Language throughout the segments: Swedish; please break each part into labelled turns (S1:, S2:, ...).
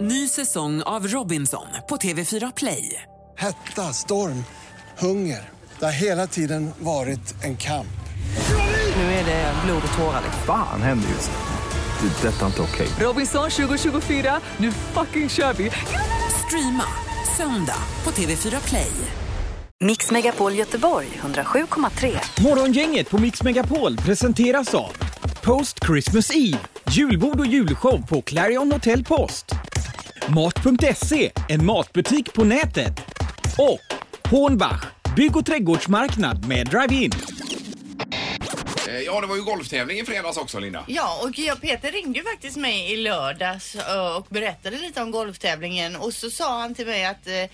S1: Ny säsong av Robinson på TV4 Play.
S2: Hetta, storm, hunger. Det har hela tiden varit en kamp.
S1: Nu är det blod och tårar. liksom.
S3: Fan händer just nu. Det. är Detta är inte okej.
S1: Robinson 2024, nu fucking kör vi! Streama söndag på TV4 Play.
S4: Mix Megapol Göteborg 107,3.
S5: Morgongänget på Mix Megapol presenteras av Post Christmas Eve, julbord och julshow på Clarion Hotel Post. Mat.se, en matbutik på nätet. Och Hornbach, bygg och trädgårdsmarknad med drive-in.
S6: Eh, Ja, det var ju golftävling i fredags också, Linda.
S7: Ja, och jag, Peter ringde ju faktiskt mig i lördags ö, och berättade lite om golftävlingen och så sa han till mig att eh, eh,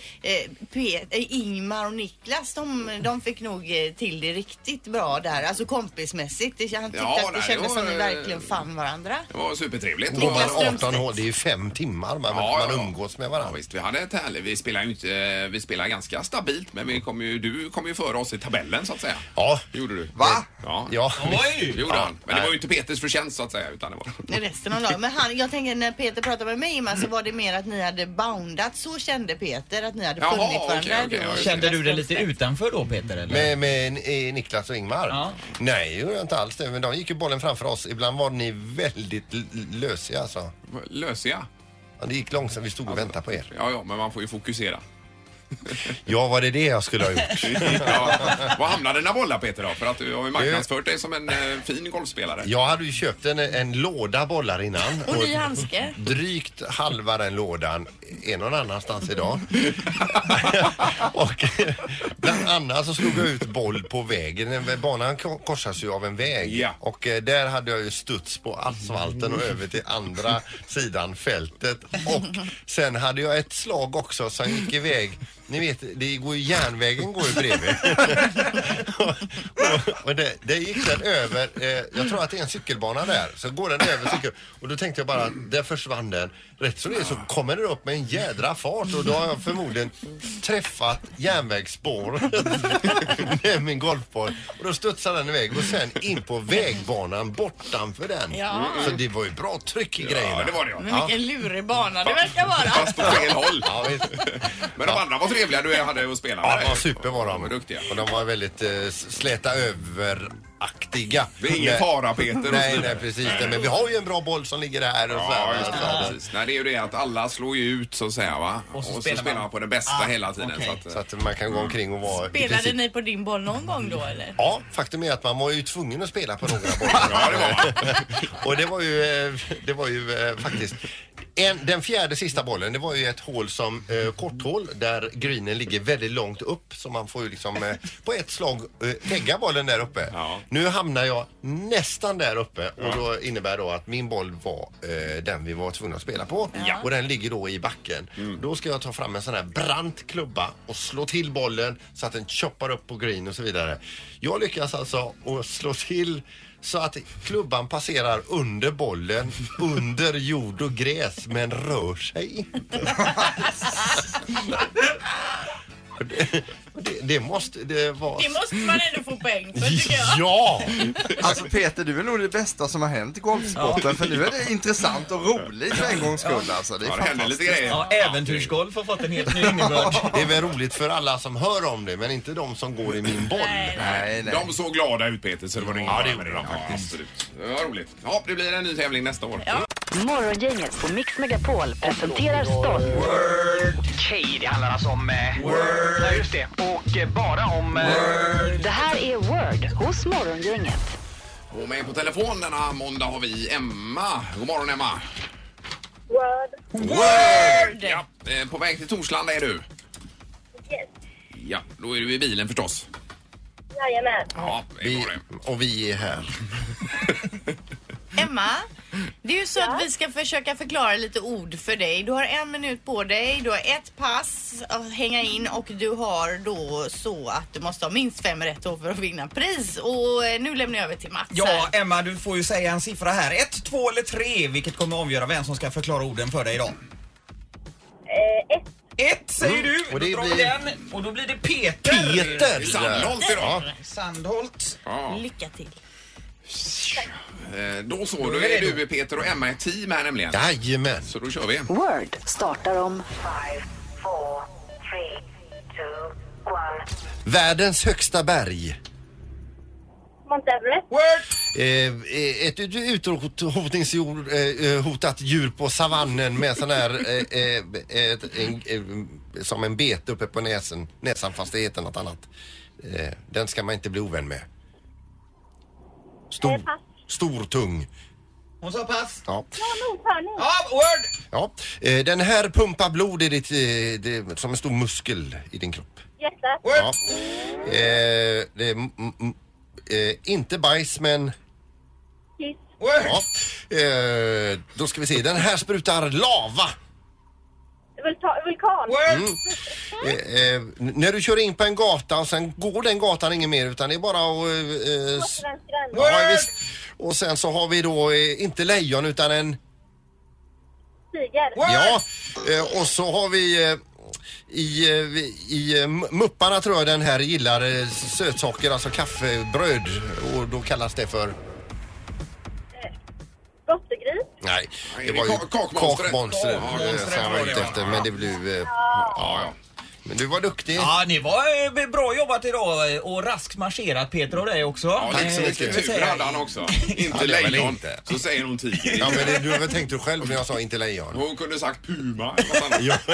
S7: Pet, eh, Ingmar och Niklas de, de fick nog eh, till det riktigt bra där, alltså kompismässigt. Det, han tyckte
S6: Ja,
S7: att det
S6: nej,
S7: kändes
S6: det var,
S7: som de
S6: eh,
S7: verkligen fann varandra.
S6: Det var supertrevligt.
S7: Niklas
S6: Och-
S8: Går man
S7: Strömstedt.
S8: 18 hål, det är ju fem timmar man,
S6: Ja, ja,
S8: man
S6: ja.
S8: umgås med
S6: Ja,
S8: varandra.
S6: visst, vi hade ett härligt, vi spelar ju inte, vi spelar ganska stabilt men vi kom ju, du kom ju före oss i tabellen så att säga.
S8: Ja.
S6: Det gjorde du.
S8: Va?
S6: Ja.
S8: Ja.
S6: Oj! Det gjorde
S8: Ja,
S6: han. Men det
S8: nej.
S6: var ju inte Peters förtjänst så att säga utan det var...
S7: Resten av dagen. Men han, jag tänker när Peter pratade med mig Ingmar så var det mer att ni hade boundat. Så kände Peter att ni hade
S6: Jaha,
S7: funnit varandra.
S6: okej, okej,
S7: du och
S6: ja, just det.
S9: Kände du dig lite
S7: Strömstedt.
S9: utanför då Peter? Eller?
S8: Med, med eh, Niklas och Ingmar?
S9: Ja.
S8: Nej, det gjorde jag inte alls det. Men de gick ju bollen framför oss. Ibland var ni väldigt l- l- lösiga alltså.
S6: Lösiga.
S8: Ja, Det gick långsamt, vi stod och väntade på er.
S6: Ja, ja, men man får ju fokusera.
S8: Ja, var det det jag skulle ha gjort?
S6: Ja. Var hamnade dina bollar Peter då? För att du har ju marknadsfört dig som en eh, fin golfspelare.
S8: Jag hade ju köpt en, en låda bollar innan.
S7: Och ny handske.
S8: Drygt halva den lådan är någon annanstans idag. och eh, bland annat så slog jag ut boll på vägen. Banan ko- korsas ju av en väg.
S6: Ja.
S8: Och eh, där hade jag ju studs på asfalten och över till andra sidan fältet. Och sen hade jag ett slag också som gick iväg. Ni vet, det går ju, järnvägen går ju bredvid. och, och, och det, det gick den över, eh, jag tror att det är en cykelbana där, så går den över cykel och då tänkte jag bara, där försvann den. Rätt som det är så kommer den upp med en jädra fart och då har jag förmodligen träffat järnvägsspåret med min golfboll och då studsar den iväg och sen in på vägbanan bortanför den.
S7: Ja.
S8: Så det var ju bra tryck i grejerna.
S6: Ja, det var det ja.
S7: Men vilken lurig bana det verkar vara.
S6: Fast på fel håll.
S8: Ja, visst.
S6: Men de andra var trevliga du hade att spela med.
S8: Ja, de var super var de.
S6: var duktiga.
S8: Och de var väldigt eh, släta överaktiga.
S6: Det är ingen
S8: Nej.
S6: fara Peter. och så
S8: Nej,
S6: vidare.
S8: nej precis. Nej, men vi har ju en bra boll som ligger här och så eh,
S6: Ja,
S8: här.
S6: just det.
S8: Ja.
S6: Precis. Nej, det är ju det att alla slår ju ut så att säga va. Och så, spelar, man. Ah, på det bästa hela tiden.
S9: okej.
S6: Så att, eh,
S8: Så att man kan gå omkring och vara... i
S7: Spelade
S8: princip-
S7: ni på din boll någon gång då eller?
S8: Ja, faktum är att man var ju tvungen att spela på några bollar.
S6: ja, det var man.
S8: och det var ju, eh, det var ju eh, faktiskt... En, den fjärde sista bollen, det var ju ett hål som eh, korthål där greenen ligger väldigt långt upp så man får ju liksom eh, på ett slag eh, lägga bollen där uppe.
S6: Ja.
S8: Nu hamnar jag nästan där uppe och då innebär då att min boll var eh, den vi var tvungna att spela på och den ligger då i backen. Då ska jag ta fram en sån här brant klubba och slå till bollen så att den choppar upp på green och så vidare. Jag lyckas alltså att slå till så att klubban passerar under bollen, under jord och gräs men rör sig inte. det, det, det måste det vara...
S7: Det måste man ändå få poäng för tycker jag.
S8: Ja!
S10: Alltså Peter, du är nog det bästa som har hänt i golfsporten för nu är det intressant och roligt för en gångs skull alltså. Det är
S6: Ja, det hände lite
S10: fantastiskt.
S6: grejer.
S9: Ja, äventyrsgolf har fått en helt ny innebörd.
S8: Det är väl roligt för alla som hör om det men inte de som går i min boll.
S10: Nej, nej.
S6: De såg glada ut Peter så det var ingen
S8: Ja, det
S6: fara
S8: gjorde de faktiskt.
S6: absolut. Det var roligt. Ja, det blir en ny tävling nästa år.
S4: Morgongänget på Mix Megapol presenterar stolt
S5: Okej, det handlar alltså om... Word. Ja, just det. Och eh, bara om...
S4: Det här är Word hos Morgongänget.
S6: Och med på telefon denna måndag har vi Emma. God morgon Emma. Word. Word! Ja, eh, på väg till Torslanda är du. Yes. Ja, då är du i bilen förstås.
S11: Jajamän.
S6: Ja, det är
S8: Vi,
S6: bra det.
S8: och vi är här.
S7: Emma, det är ju så att vi ska försöka förklara lite ord för dig. Du har en minut på dig, du har ett pass att hänga in och du har då så att du måste ha minst fem rätt då för att vinna pris. Och eh, nu lämnar jag över till Mats
S9: Ja,
S7: här.
S9: Emma, du får ju säga en siffra här. Ett, två eller tre, vilket kommer avgöra vem som ska förklara orden för dig idag.
S11: Eh, ett.
S9: Ett säger du,
S8: Och
S9: och
S8: det
S9: då drar vi
S8: blir-
S9: den. Och då blir det Peter.
S8: Peter!
S6: Sandholt idag.
S9: Sandholt.
S6: Ja.
S7: Lycka till.
S6: Eh, Då så, då är du Peter och Emma ett team här nämligen.
S8: Jajamän.
S6: Så då kör vi.
S4: Word startar om...
S8: Världens högsta berg.
S11: Mount Everest.
S8: Eh, eh, ett ut- utrotningshotat djur på savannen med sån här eh, eh, ett, en, eh, som en bet uppe på näsen, näsan fast det heter något annat. Eh, den ska man inte bli ovän med. Stor, stor tung.
S9: Hon sa pass.
S8: Ja.
S9: Ja, word!
S8: Ja. Eh, den här pumpar blod i ditt, eh, det, som en stor muskel i din kropp.
S11: Hjärtat.
S8: Ja. Eh, det är m- m- eh, inte bajs men...
S11: Kiss.
S8: Ja. Eh, då ska vi se, den här sprutar lava.
S11: Vulta- vulkan.
S8: Mm. Eh, eh, n- när du kör in på en gata och sen går den gatan ingen mer utan det är bara att... Eh, eh, s-
S11: Återvändsgränd.
S8: ja, visst. Och sen så har vi då eh, inte lejon utan en...
S11: Tiger.
S8: Ja, eh, och så har vi eh, i, eh, vi- i eh, M- Mupparna tror jag den här gillar eh, sötsaker, alltså kaffebröd och då kallas det för...
S11: Gottegris.
S8: Nej,
S6: Nej,
S8: det
S6: det
S8: var
S6: är
S8: ju
S6: ka- kakmonstret.
S8: kakmonstret eh,
S6: Kakmonstret
S8: som jag var
S6: var det,
S8: ute
S6: va?
S8: efter men det blev... eh,
S6: Ja, ja.
S8: Men du var duktig.
S9: Ja, ni var eh, bra jobbat idag eh, och raskt marscherat Peter och dig också.
S6: Ja, lite så
S9: Eh,
S6: mycket
S9: ska vi
S6: tur
S9: säga.
S6: hade han också.
S8: Ja,
S6: Inte
S8: det var väl
S6: lejon.
S8: inte.
S6: Så säger hon tiger.
S8: Ja, men det, du har väl tänkt dig själv när jag sa inte lejon?
S6: Hon kunde sagt puma. eller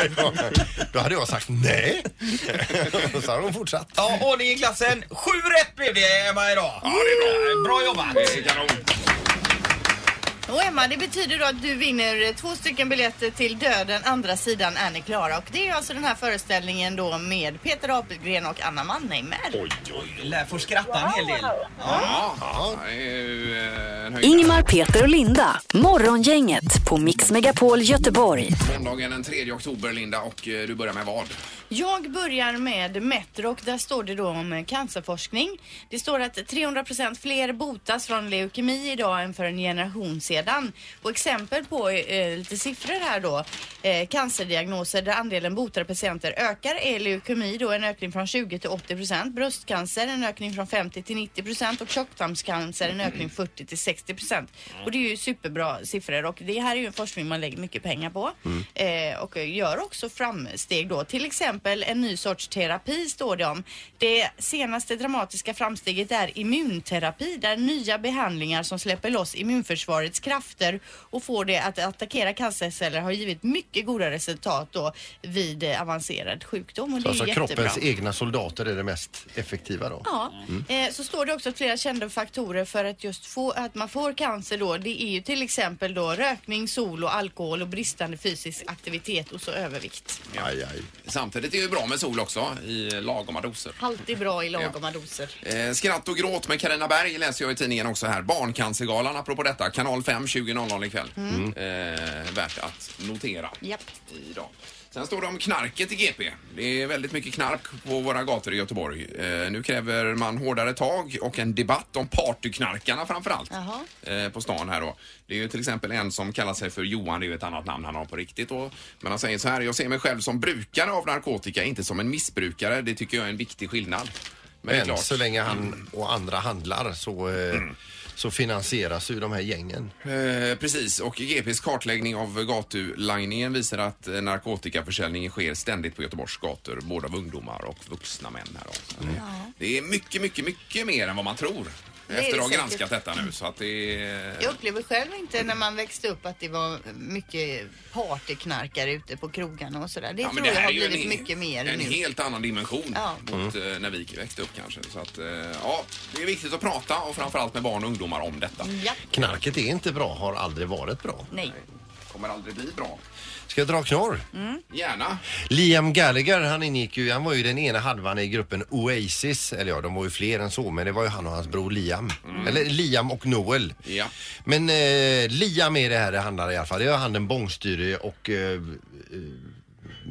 S6: något annat.
S8: Ja, ja. Då hade jag sagt nej. Och så har hon fortsatt.
S9: Ja, ordning i klassen. Sju rätt blev det Emma idag.
S6: Ja, det är bra.
S9: Bra jobbat!
S6: Det är kanon.
S7: Och Emma, det betyder då att du vinner eh, två stycken biljetter till Döden, andra sidan är ni klara. Och det är alltså den här föreställningen då med Peter Apelgren och Anna Mannheimer.
S9: Lär få skratta en hel del.
S6: Ja, ja, det är ju eh, en höjd.
S4: Ingmar, Peter och Linda. Morgongänget på Mix Megapol Göteborg.
S6: Måndagen den 3 oktober, Linda, och eh, du börjar med vad?
S7: Jag börjar med Metro och där står det då om eh, cancerforskning. Det står att 300% fler botas från leukemi idag än för en generation sedan. Och exempel på eh, lite siffror här då. Eh, cancerdiagnoser där andelen botade patienter ökar är leukemi då en ökning från 20 till 80%, bröstcancer en ökning från 50 till 90% och tjocktarmscancer en ökning 40 till 60%. Och det är ju superbra siffror och det här är ju en forskning man lägger mycket pengar på
S8: Mm.
S7: eh, och gör också framsteg då. Till exempel en ny sorts terapi står det om. Det senaste dramatiska framsteget är immunterapi där nya behandlingar som släpper loss immunförsvarets krafter och får det att attackera cancerceller har givit mycket goda resultat då vid eh, avancerad sjukdom och det är
S8: Alltså
S7: jättebra.
S8: kroppens egna soldater är det mest effektiva då.
S7: Ja,
S6: Mm.
S7: eh, så står det också att flera kända faktorer för att just få, att man får cancer då. Det är ju till exempel då rökning, sol och alkohol och bristande fysisk aktivitet och så övervikt.
S8: Aj, aj.
S6: Samtidigt är det ju bra med sol också, i lagoma doser.
S7: Alltid bra i lagoma doser.
S6: Eh, Skratt och gråt med Carina Berg läser jag i tidningen också här. Barncancergalan, apropå detta. Kanal 5, 20.00 ikväll. Eh, värt att notera.
S7: Japp.
S6: Idag. Sen står det om knarket i GP. Det är väldigt mycket knark på våra gator i Göteborg. Eh, nu kräver man hårdare tag och en debatt om partyknarkarna framförallt.
S7: Jaha.
S6: Eh, på stan här då. Det är ju till exempel en som kallar sig för Johan, det är ju ett annat namn han har på riktigt då. Men han säger så här, jag ser mig själv som brukare av narkotika, inte som en missbrukare. Det tycker jag är en viktig skillnad. Men det är
S8: Men
S6: klart. Mm.
S8: så länge han och andra handlar så, eh, så finansieras ju de här gängen.
S6: Eh, precis, och GPs kartläggning av gatulangningen visar att eh, narkotikaförsäljningen sker ständigt på Göteborgs gator, både av ungdomar och vuxna män. Här då. Det är mycket, mycket, mycket mer än vad man tror
S7: är
S6: efter att ha
S7: det
S6: granskat
S7: säkert.
S6: detta nu. Så att det är...
S7: Jag upplever själv inte när man växte upp att det var mycket partyknarkare ute på krogarna och sådär. Det
S6: Ja, men
S7: tror jag
S6: här
S7: har
S6: är ju
S7: blivit
S6: en-
S7: mycket mer
S6: En
S7: nu.
S6: helt annan dimension
S7: Ja. Mm.
S6: mot eh, när vi växte upp kanske. Så att, eh, ja, det är viktigt att prata och framförallt med barn och ungdomar om detta.
S7: Ja,
S8: Knarket är inte bra, har aldrig varit bra.
S7: nej. Mm.
S6: Kommer aldrig bli bra.
S8: Ska jag dra knorr?
S6: Gärna.
S8: Liam Gallagher, han ingick ju, han var ju den ena halvan i gruppen Oasis. Eller ja, de var ju fler än så, men det var ju han och hans bror Liam. Eller Liam och Noel.
S6: Mm. Ja.
S8: Men eh, Liam är det här det handlar i alla fall. Det är han den bångstyrige och eh,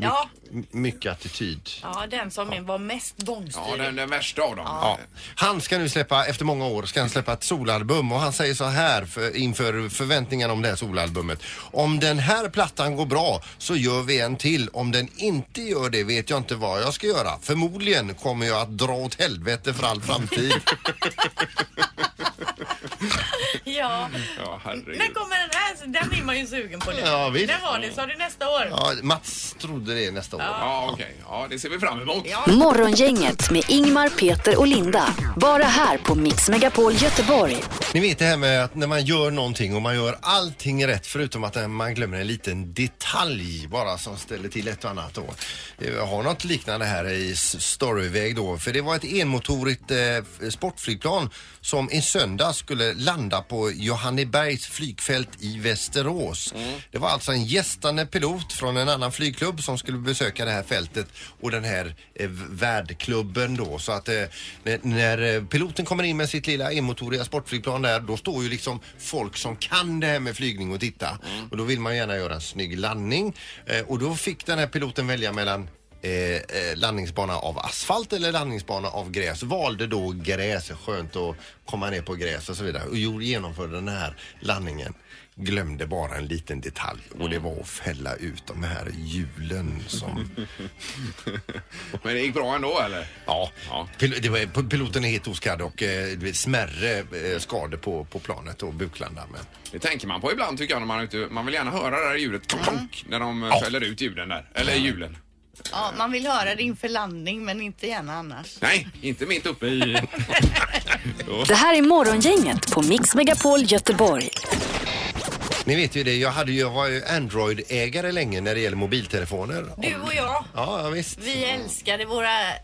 S7: Ja,
S8: m- mycket attityd.
S7: ja, den som var mest
S6: Ja, den,
S7: bångstyrig.
S6: den värsta av dem.
S8: Ja. Han ska nu släppa, efter många år, ska han släppa ett solalbum och han säger så här för, inför förväntningarna om det här solalbumet. Om den här plattan går bra så gör vi en till. Om den inte gör det vet jag inte vad jag ska göra. Förmodligen kommer jag att dra åt helvete för all framtid.
S7: Ja.
S6: Ja,
S7: När
S6: herregud.
S7: kommer den här? Så Den är man ju sugen på nu.
S6: Ja, visst.
S7: När var det? Sa du nästa år?
S8: Ja, Mats trodde det nästa år.
S6: Ja, okej. Ja, det ser vi fram emot.
S4: Morgongänget med Ingmar, Peter och Linda. Bara här på Mix Megapol Göteborg.
S8: Ni vet det här med att när man gör någonting och man gör allting rätt förutom att man glömmer en liten detalj bara som ställer till ett och annat då. Jag har något liknande här i s- storyväg då för det var ett enmotorigt eh, f- sportflygplan som i söndag skulle landa på Johannebergs flygfält i Västerås. Det var alltså en gästande pilot från en annan flygklubb som skulle besöka det här fältet och den här eh, v- värdklubben då. Så att eh, när, när eh, piloten kommer in med sitt lilla emotoriga sportflygplan där då står ju liksom folk som kan det här med flygning och titta. Och då vill man gärna göra en snygg landning. Eh, och då fick den här piloten välja mellan Eh, eh, landningsbana av asfalt eller landningsbana av gräs. Valde då gräs, skönt att komma ner på gräs och så vidare. Och gjorde- genomförde den här landningen. Glömde bara en liten detalj och det var att fälla ut de här hjulen som...
S6: Men det gick bra ändå eller?
S8: Ja, Pil- det var, piloten är helt oskadd och eh, det är smärre eh, skador på, på planet och buklandan. Men...
S6: Det tänker man på ibland tycker jag när man är ute. Man vill gärna höra det där ljudet. Klonk, när de eh, fäller ut ljuden där. Eller hjulen.
S7: Ja, man vill höra det inför landning men inte gärna annars.
S6: Nej, inte mitt uppe i...
S4: Det här är Morgongänget på Mix Megapol Göteborg.
S8: Ni vet ju det, jag, hade, ju- jag var ju Android-ägare länge när det gäller mobiltelefoner.
S7: Du och jag,
S8: Ja, ja, visst.
S7: vi älskade våra ä,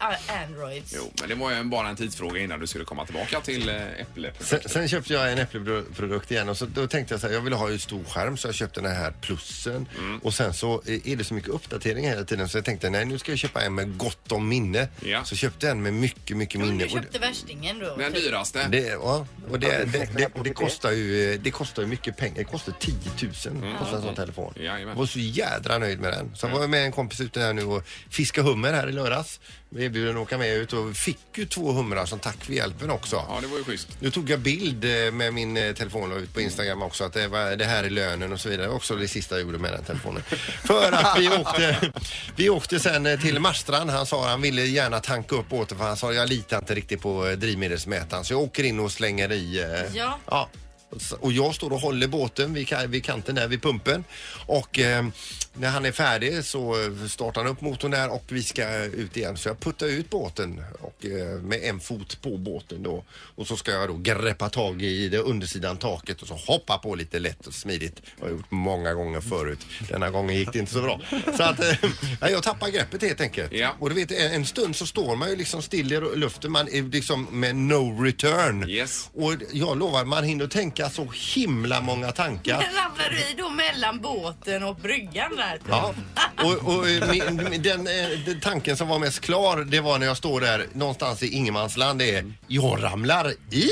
S7: Androids.
S6: Jo, men det var ju bara en tidsfråga innan du skulle komma tillbaka till eh, Äpple.
S8: Sen, sen köpte jag en Apple-produkt igen och så, då tänkte jag så här, jag ville ha en stor skärm så jag köpte den här plussen. Och sen så eh, är det så mycket uppdateringar hela tiden så jag tänkte nej nu ska jag köpa en med gott om minne.
S6: Ja.
S8: Så köpte jag en med mycket, mycket minne.
S7: Du
S8: Och
S7: köpte värstingen då.
S6: Den
S7: Typ.
S6: dyraste.
S8: det, ja, och det, det, det, det, kostar ju, eh, det kostar ju mycket pengar. Det kostar 10 000 kostar en sån telefon.
S6: Mm. Jajamän. Mm.
S8: Jag var så jädra nöjd med den. Sen var jag med en kompis ute här nu och fiskade hummer här i lördags. Vi erbjuden att åka med ut och fick ju två humrar som tack för hjälpen också.
S6: Ja, det var ju schysst.
S8: Nu tog jag bild eh, med min eh, telefon och ut på Instagram också att det, var, det här är lönen och så vidare. Också det sista jag gjorde med den telefonen. För att vi åkte, vi åkte sen eh, till Marstrand. Han sa han ville gärna tanka upp åter för han sa jag litar inte riktigt på eh, drivmedelsmätaren så jag åker in och slänger i. eh,
S7: Ja.
S8: Ja. Och jag står och håller båten vid, ka- vid kanten där vid pumpen. Och eh, när han är färdig så eh, startar han upp motorn där och vi ska eh, ut igen. Så jag puttar ut båten och, eh, med en fot på båten då. Och så ska jag då greppa tag i det undersidan taket och så hoppa på lite lätt och smidigt. Jag har jag gjort många gånger förut. Denna gången gick det inte så bra. Så att eh, ja, jag tappar greppet helt enkelt.
S6: Ja.
S8: Och du vet en, en stund så står man ju liksom still i luften. Man är liksom med no return.
S6: Yes.
S8: Och jag lovar, man hinner tänka så himla många tankar.
S7: Den ramlade du i då mellan båten och bryggan där. typ.
S8: Ja, och, och eh, min, min- den, eh, den tanken som var mest klar det var när jag står där någonstans i ingenmansland det är jag ramlar i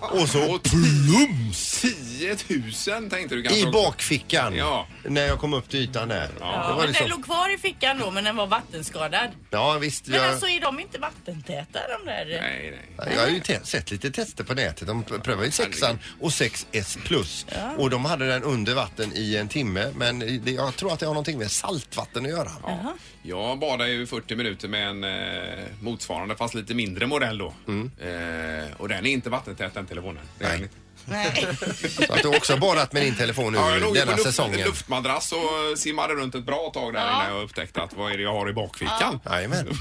S8: och så
S6: Och
S8: plums
S6: 10 000 tänkte du kanske
S8: i
S6: också.
S8: bakfickan
S6: Ja.
S8: när jag kom upp till ytan där.
S7: Ja,
S8: Det var
S7: men den
S8: liksom,
S7: låg kvar i fickan då men den var vattenskadad.
S8: ja visst,
S7: Men
S8: jag,
S7: alltså är de inte vattentäta de där?
S6: Nej, nej.
S8: jag har ju te- sett lite tester på nätet. De pr- prövade ju sexan och 6S plus och de hade den under vatten i en timme men det, jag tror att det har någonting med saltvatten att göra.
S6: Jag badade ju 40 minuter med en eh, motsvarande fast lite mindre modell då. Eh, och den är inte vattentät den telefonen. Det är
S8: Mm. Nej.
S6: den inte.
S7: Nej.
S8: Så Alltså, att du också har badat med din telefon nu
S6: Ja, jag låg ju på
S8: denna
S6: luft,
S8: säsongen.
S6: luftmadrass och eh, simmade runt ett bra tag där innan jag upptäckte att vad är det jag har i bakfickan?
S8: Jajamän.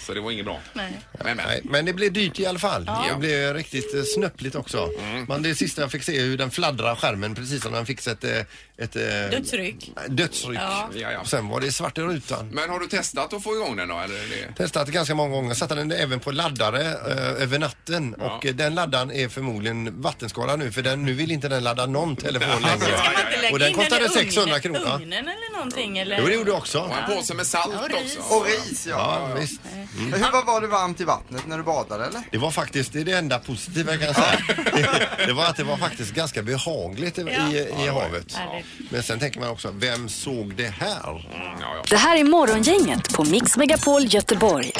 S6: Så det var inget bra.
S7: Nej.
S6: Men, men.
S8: Nej, men det blev dyrt i alla fall. Det blev riktigt eh, snöpligt också.
S6: Mm.
S8: Men det sista jag fick se är hur den fladdrar skärmen precis som den fick se ett, eh, ett eh,
S7: Dödsryck.
S8: dödsryck.
S7: Ja.
S6: Ja, ja.
S8: Och Sen var det svart i rutan.
S6: men har du testat att få igång den då? Eller är det...
S8: Testat ganska många gånger. Satte den även på laddare eh, över natten. Och eh, den laddaren är förmodligen vattenskadad nu för den, nu vill inte den ladda någon telefon längre.
S7: Ska man inte lägga
S8: Och den
S7: in
S8: kostade
S7: i
S8: 600 kronor.
S7: Ugnen, ugnen eller någonting eller?
S8: Jo, det gjorde jag också.
S6: Och en påse med
S7: Ja,
S6: salt
S7: och ris.
S6: också.
S10: Och ris ja.
S8: Ja, visst.
S12: Mm.
S10: Hur var- var det varmt i vattnet när du badade eller?
S8: Det var faktiskt det, är det enda positiva jag kan säga. Det, det var att det var faktiskt ganska behagligt i,
S7: Ja.
S8: i, i havet.
S7: Härligt.
S8: Men sen tänker man också, vem såg det här?
S6: Ja, ja.
S4: Det här är Morgongänget på Mix Megapol Göteborg.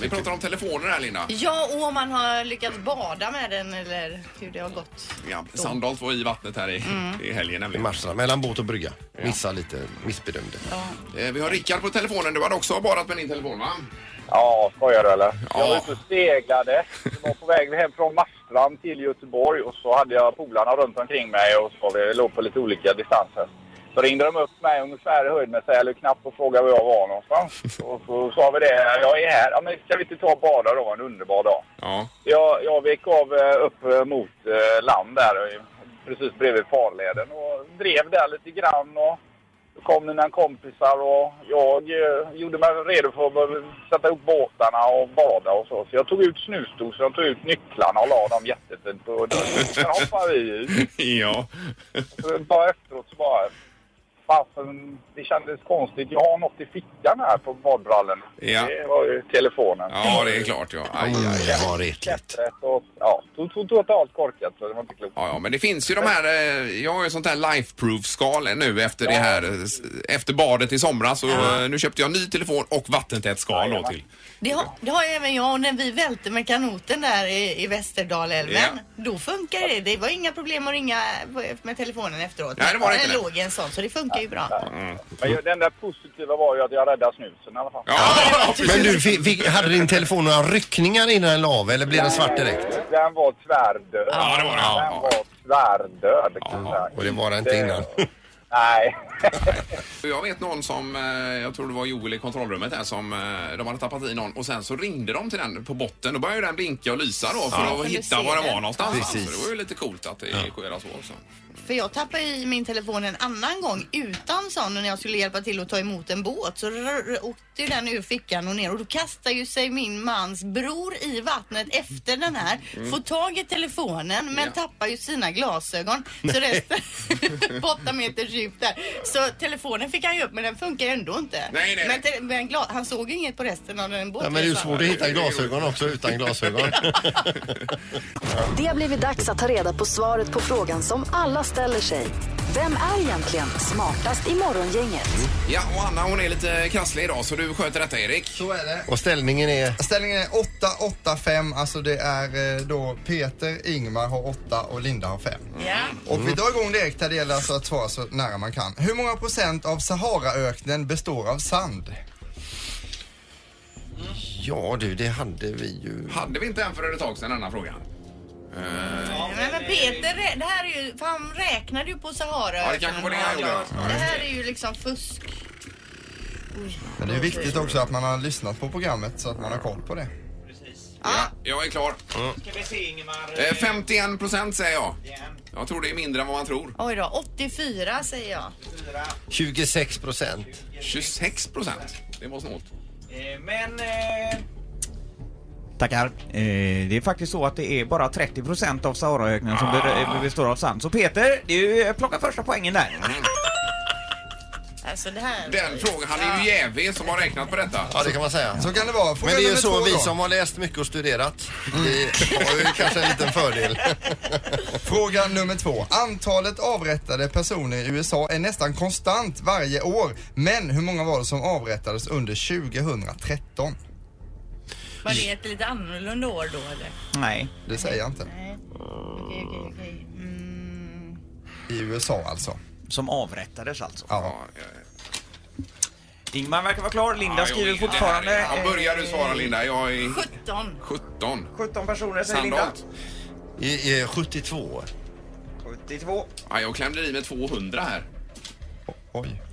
S6: Vi pratar om telefoner här, Linda.
S7: Ja, och om man har lyckats bada med den eller hur det har gått.
S6: Ja, Sandholt var i vattnet här i,
S7: Mm.
S6: i helgen nämligen.
S8: Matcherna mellan båt och brygga. Missar lite, missbedömde.
S6: Eh, Vi har Rickard på telefonen. Du hade också badat med din telefon, va?
S13: Ja, skojar du eller? Jag var
S6: Ja.
S13: ute och seglade. Jag var på väg hem från Marstrand till Göteborg och så hade jag polarna runt omkring mig och så vi låg på lite olika distanser. Så ringde de upp mig ungefär i höjd med sig, eller knappt, och frågade var jag var någonstans. Och så sa vi det, jag är här. Ja, men ska vi inte ta och bada då? En underbar dag.
S6: Ja.
S13: Jag, jag vek av eh, upp eh, mot eh, land där, eh, precis bredvid farleden och drev där lite grann. Och då kom mina kompisar och jag eh, gjorde mig redo för att börja sätta upp båtarna och bada och så. Så jag tog ut snusdosen, tog ut nycklarna och la dem jättefint på dörren. Sen hoppade vi ut.
S6: Ja.
S13: Så bara efteråt så bara... Fasen, det kändes konstigt. Jag har något i fickan här på badbrallen.
S6: Ja.
S13: Det var ju telefonen.
S6: Ja, det är klart. Ja. Aj, aj, aj.
S8: Var det?
S13: Käpprätt och... Ja, to- to- totalt korkat så det var inte klokt.
S6: Ja, ja, men det finns ju de här, eh, jag har ju sånt här lifeproof-skal nu efter det här, eh, s- efter badet i somras och eh, nu köpte jag ny telefon och vattentät skal då till.
S7: Det har, det har ju även jag och när vi välte med kanoten där i, i Västerdalälven. Då funkar det. Det var inga problem att ringa med telefonen efteråt.
S13: Nej, det var det inte.
S7: Det låg en sån så det funkar ju bra.
S13: Men ju- det enda positiva var ju att jag räddade snusen i alla fall.
S8: Men du, fick, fick, hade din telefon några ryckningar innan den la av, eller blev den svart direkt?
S13: Den var tvärdöd.
S8: Ja, det var den.
S13: Den var tvärdöd. kan jag säga.
S8: Och det var den inte innan.
S13: Nej.
S6: Jag vet någon som, eh, jag tror det var Joel i kontrollrummet där som eh, de hade tappat i någon och sen så ringde de till den på botten. Då började ju den blinka och lysa då för
S7: Ja.
S6: att
S7: Kunde
S6: hitta
S7: se
S6: var den
S7: den.
S6: var någonstans.
S7: Precis.
S6: Så det var ju lite coolt att det göra så också.
S7: För jag tappade i min telefon en annan gång utan sån när jag skulle hjälpa till att ta emot en båt så r- r- åkte ju den ur fickan och ner och då kastar ju sig min mans bror i vattnet efter den här,
S14: Mm.
S7: får tag i telefonen men tappar ju sina glasögon så resten på åtta meters djup där. Så telefonen fick han ju upp men den funkar ju ändå inte.
S6: Nej, nej,
S7: men te- men gla- han såg ju inget på resten av den båten.
S8: Ja, men det är ju svårt att hitta glasögon också utan glasögon.
S4: Det har blivit dags att ta reda på svaret på frågan som alla ställer sig. Vem är egentligen smartast i morgongänget?
S6: Ja, och Anna hon är lite krasslig idag så du sköter detta Erik.
S12: Så är det.
S8: Och ställningen är?
S12: Ställningen är 8-8-5, alltså det är eh, då Peter, Ingmar har 8 och Linda har 5.
S10: Mm.
S12: Och vi drar igång direkt här, det gäller alltså att svara så nära man kan. Hur många procent av Saharaöknen består av sand?
S8: Ja du, det hade vi ju.
S6: Hade vi inte en för ett tag sedan denna frågan? Eh,
S7: Nej, men Peter, rä- det här är ju, för han räknade ju på Sahara.
S6: Ja, det kanske var det han gjorde.
S7: Det här är ju liksom fusk.
S12: Men det är ju viktigt också att man har lyssnat på programmet så att man har koll på det.
S6: ja, jag är klar.
S15: Ska vi se Ingemar?
S6: Eh, 51 procent säger jag. Jag tror det är mindre än vad man tror.
S7: Oj då, 84 säger jag.
S8: 26 procent.
S6: 26 procent? Det var snålt.
S15: Eh, Men... Eh,
S16: Tackar. Eh, det är faktiskt så att det är bara 30% av Saharaöknen
S8: Ah.
S16: som be- består av sand. Så Peter, du plockar första poängen där.
S7: Alltså det här...
S6: Den frågan, han är ju jävig som har räknat på detta.
S8: Ja, det kan man säga.
S12: Så kan det vara. Fråga
S8: Men det är ju
S12: nummer
S8: så,
S12: två
S8: vi
S12: då. Mm.
S8: som har läst mycket och studerat, vi har ju kanske en liten fördel.
S12: Fråga nummer två. Antalet avrättade personer i USA är nästan konstant varje år. Men hur många var det som avrättades under 2013?
S7: Var det ett lite annorlunda år då eller?
S12: Nej. Det säger jag inte.
S7: Nej. Okej, okej, okej. Mm.
S12: I USA alltså.
S16: Som avrättades alltså?
S12: Ja.
S16: Ingmar verkar vara klar. Linda
S6: Ja, jo,
S16: skriver
S6: det här är-
S16: fortfarande.
S6: Ja, börjar du svara
S16: eh,
S6: Linda? Jag är
S7: 17.
S6: 17.
S16: 17 personer säger Linda.
S6: Sandholt?
S8: I, i 72.
S16: 72.
S6: Ja, jag klämde i med 200 här.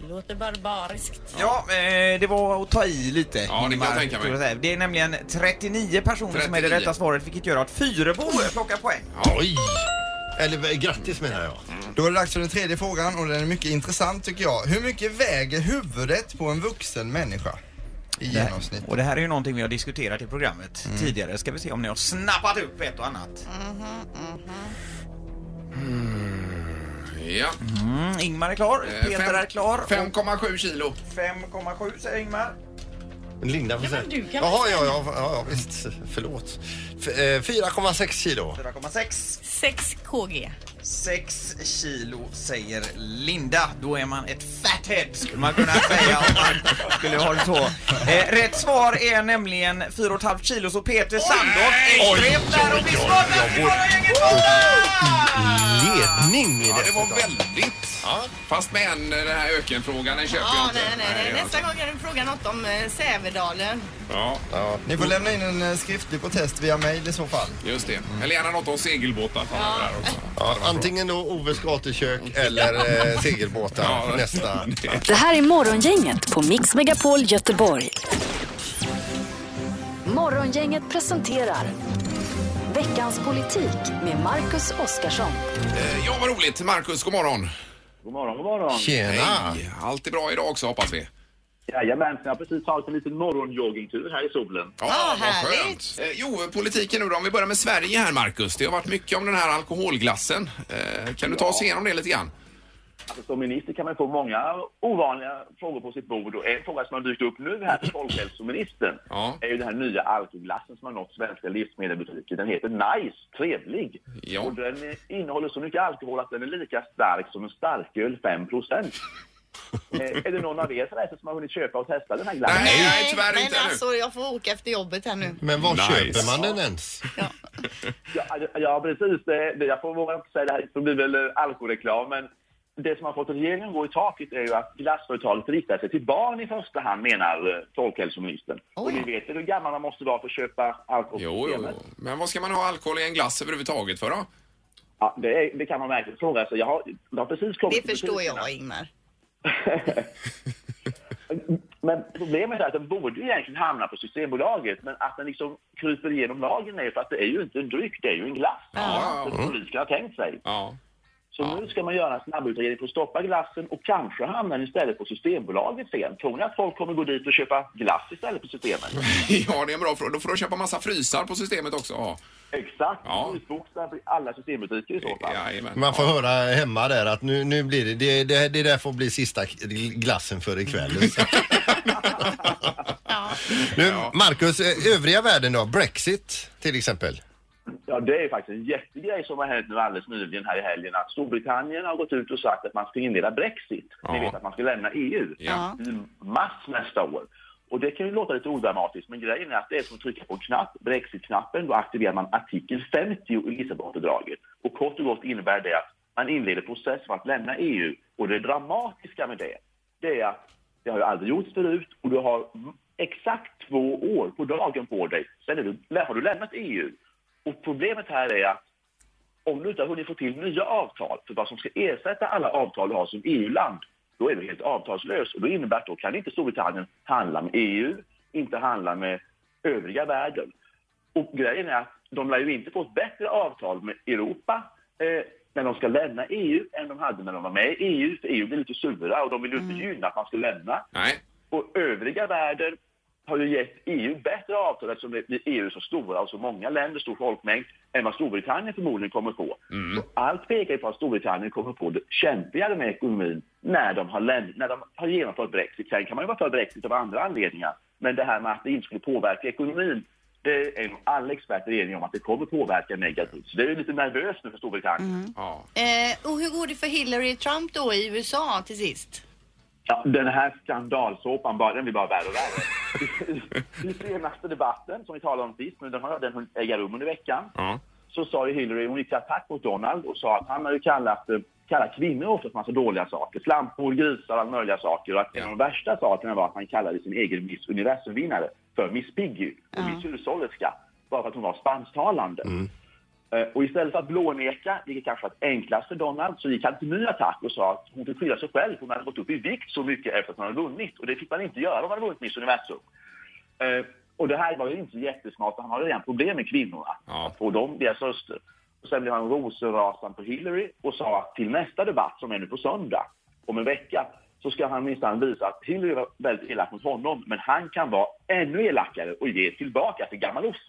S7: Låter barbariskt.
S16: Ja, eh, det var att ta i lite.
S6: kan jag
S16: Ingmar,
S6: tänka mig.
S16: skulle jag säga. Det är nämligen 39 personer som är det
S6: 39.
S16: rätta svaret vilket gör att Fyrebo plockar poäng.
S8: Oj! Eller eh, grattis menar jag.
S12: Då är det dags för den tredje frågan och den är mycket intressant tycker jag. Hur mycket väger huvudet på en vuxen människa? I
S16: Det här-
S12: genomsnitt.
S16: Och det här är ju någonting vi har diskuterat i programmet tidigare. Ska vi se om ni har snappat upp ett och annat.
S6: Ja.
S16: Mm, Ingmar är klar.
S6: Eh,
S16: Peter
S6: fem-
S16: är klar.
S6: 5,7 kilo.
S16: 5,7 säger Ingmar.
S8: Linda får säga.
S7: du kan
S8: Jaha, ja,
S7: bestämma.
S8: ja, ja, ja, visst. Förlåt. F- eh, 4,6 kilo.
S17: 4,6.
S7: 6 kg.
S17: 6 kilo säger Linda. Då är man ett fathead skulle man kunna säga om man skulle ha det så. Eh, rätt svar är nämligen 4,5 kilo så Peter Sandholt är extremt nära att bli smartast i Morgongänget
S8: Ledning i
S6: Ja, det var
S8: dessutom.
S6: väldigt. Fast med en, eh, den här ökenfrågan, den köper jag
S7: Ja,
S6: inte.
S7: nej, nej, nej.
S6: alltså.
S7: Nästa gång kan du fråga något om eh, Sävedalen.
S6: Ja.
S12: Ni får lämna in en eh, skriftlig protest via mejl i så fall.
S6: Just det. Eller gärna något om segelbåtar. Fan,
S7: Ja.
S6: det där också.
S8: Ja, antingen då Oves gatukök eller eh, segelbåtar nästa.
S4: Det här är Morgongänget på Mix Megapol Göteborg. Morgongänget presenterar Veckans politik med Marcus Oskarsson.
S6: Eh, Ja, vad roligt. Markus, god morgon. God morgon, god morgon. Hej. Allt är bra idag också, hoppas vi.
S13: Jajamän, jag har precis tagit en liten morgonjoggingtur här i solen.
S6: Ja, vad skönt. Eh, Jo, politiken nu då. Om vi börjar med Sverige här, Markus. Det har varit mycket om den här alkoholglassen. Eh, Kan du ta oss igenom det lite grann?
S13: Alltså, som minister kan man få många ovanliga frågor på sitt bord och en fråga som har dykt upp nu här till folkhälsoministern är ju den här nya alkoglassen som har nått svenska livsmedelsbutiker. Den heter Nice, trevlig. Och den innehåller så mycket alkohol att den är lika stark som en starköl 5 procent. Eh, är det någon av er förresten som har hunnit köpa och testa den här glassen?
S7: men alltså, jag får åka efter jobbet här nu.
S8: Men var
S13: Nice.
S8: köper man den ens?
S13: Ja, ja precis. Det, det, jag får våga inte säga det här, det blir väl eh, alkoholreklam, men det som har fått regeringen att gå i taket är ju att glassföretaget riktar sig till barn i första hand, menar eh, folkhälsoministern. Och ni vet ju hur gammal man måste vara för att köpa alkohol
S6: Jo, jo, jo. Men vad ska man ha alkohol i en glass överhuvudtaget för då?
S13: Ja, det, är, det kan man verkligen fråga sig. Jag har, jag har precis kommit
S7: Det
S13: till
S7: förstår
S13: butikerna.
S7: jag, Ingmar.
S13: Men problemet är att den borde ju egentligen hamna på Systembolaget, men att den liksom kryper igenom lagen är ju för att det är ju inte en dryck, det är ju en glass.
S6: Ja.
S13: Som politikerna har tänkt sig.
S6: Ja.
S13: Så nu ska man göra en snabbutredning för att stoppa glassen och kanske hamnar den istället på Systembolaget sen. Tror ni att folk kommer gå dit och köpa glass istället på Systemet?
S6: Ja, det är en bra fråga. Då får du köpa massa frysar på systemet också. Ja.
S13: Exakt.
S6: Ja.
S13: Utboxar i alla systembutiker i så fall.
S8: Man får höra hemma där att nu, nu blir det, det, det, det där får bli sista k- glassen för ikväll. nu, Marcus, eh, övriga världen då? Brexit till exempel?
S13: Ja, det är faktiskt en jättegrej som har hänt nu alldeles nyligen här i helgen. Att Storbritannien har gått ut och sagt att man ska inleda Brexit. Ni vet att man ska lämna E EU
S11: Ja.
S13: i mars nästa år. Och det kan ju låta lite odramatiskt, men grejen är att det är som att trycka på en knapp, Brexit-knappen, då aktiverar man artikel 50 i Lissabonfördraget. Och kort och gott innebär det att man inleder process för att lämna EU. Och det dramatiska med det, det är att det har ju aldrig gjorts förut och du har exakt två år på dagen på dig. Sen är du, har du lämnat EU. Och problemet här är att om du inte har hunnit få till nya avtal för vad som ska ersätta alla avtal du har som EU-land, då är du helt avtalslös. Och det innebär att då kan inte Storbritannien handla med EU, inte handla med övriga världen. Och grejen är att de lär ju inte få ett bättre avtal med Europa eh, när de ska lämna EU än de hade när de var med i EU. För EU blir lite sura och de vill ju inte gynna att man ska lämna. Och övriga världen har ju gett EU bättre avtal eftersom det- EU är så stora och så många länder, stor folkmängd, än vad Storbritannien förmodligen kommer få. Så allt pekar ju på att Storbritannien kommer få det kämpigare med ekonomin när de har, läm- när de har genomfört Brexit. Sen kan man ju vara för Brexit av andra anledningar, men det här med att det inte skulle påverka ekonomin, det är nog alla experter eniga om att det kommer påverka negativt. Så det är ju lite nervöst nu för Storbritannien.
S7: Eh, och hur går det för Hillary Trump då i USA till sist?
S13: Ja, den här skandalsåpan, bara, den blir bara värre och värre. I senaste debatten, som vi talade om sist, men den har den hunnit äga rum under veckan, så sa ju Hillary, hon gick till attack mot Donald och sa att han har ju kallat, eh, kallat kvinnor ofta för massa dåliga saker. Slampor, grisar, alla möjliga saker. Och att en av de värsta sakerna var att han kallade sin egen Miss Universum-vinnare för Miss Piggy och Miss Hushållerska, bara för att hon var spansktalande. Eh, Och istället för att blåneka, vilket kanske var enklast för Donald, så gick han till ny attack och sa att hon fick skylla sig själv. Hon hade gått upp i vikt så mycket efter att hon hade vunnit. Och det fick man inte göra om man hade vunnit Miss Universum. Eh, Och det här var ju inte jättesmart, för han har ju redan problem med kvinnorna. Att få dem, deras röster. Och sen blev han rosenrasande på Hillary och sa att till nästa debatt, som är nu på söndag, om en vecka, så ska han minsann visa att Hillary var väldigt elak mot honom, men han kan vara ännu elakare och ge tillbaka till gammal ost.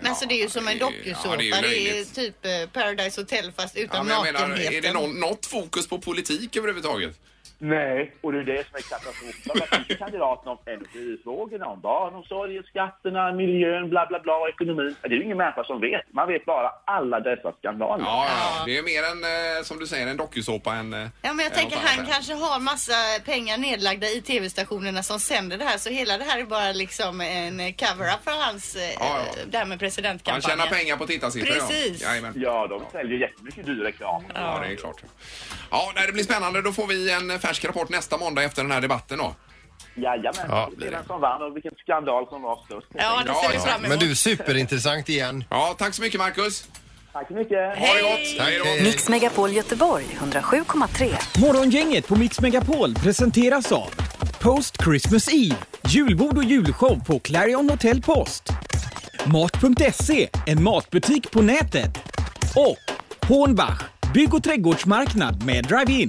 S7: Men alltså det är ju som en dokusåpa.
S6: ja, det är
S7: det,
S6: ju
S7: är
S6: löjligt.
S7: typ eh, Paradise Hotel fast
S6: Ja,
S7: utan
S6: men jag menar,
S7: nakenheten.
S6: är det någon, något fokus på politik överhuvudtaget?
S13: Nej, och det är det som är katastrofen. Man tycker kandidaterna om energifrågorna, om barnomsorgen, skatterna, miljön, bla bla bla, ekonomin. Det är ju ingen människa som vet. Man vet bara alla dessa skandaler.
S6: Ja, ja, det är mer en, eh, som du säger, en dokusåpa än... eh,
S7: Ja, men jag
S6: än
S7: tänker
S6: något annat
S7: han
S6: här.
S7: kanske har massa pengar nedlagda i tv-stationerna som sänder det här så hela det här är bara liksom en eh, cover-up för hans, eh,
S6: Ja,
S7: det här med
S6: Han
S7: presidentkampanjen.
S6: tjänar pengar på tittarsiffror.
S7: Precis.
S6: Ja, Jajamän. ja de säljer jättemycket dyr reklam. Ja, det är klart. Ja, nej, det blir spännande. Då får vi en färsk rapport nästa måndag efter den här debatten då.
S13: Jajamän,
S6: Ja,
S13: det
S6: blir
S13: är
S6: det.
S13: den som vann och vilken skandal som var störst.
S7: Ja,
S6: det ser vi fram emot. Men du,
S8: superintressant igen.
S6: Ja, tack så mycket Marcus.
S13: Tack så mycket.
S6: Ha det gott. Hej då.
S4: Mix Megapol Göteborg 107,3.
S18: Morgongänget på Mix Megapol presenteras av Post Christmas Eve, julbord och julshow på Clarion Hotel Post. Mat.se, en matbutik på nätet. Och Hornbach, bygg och trädgårdsmarknad med drive-in.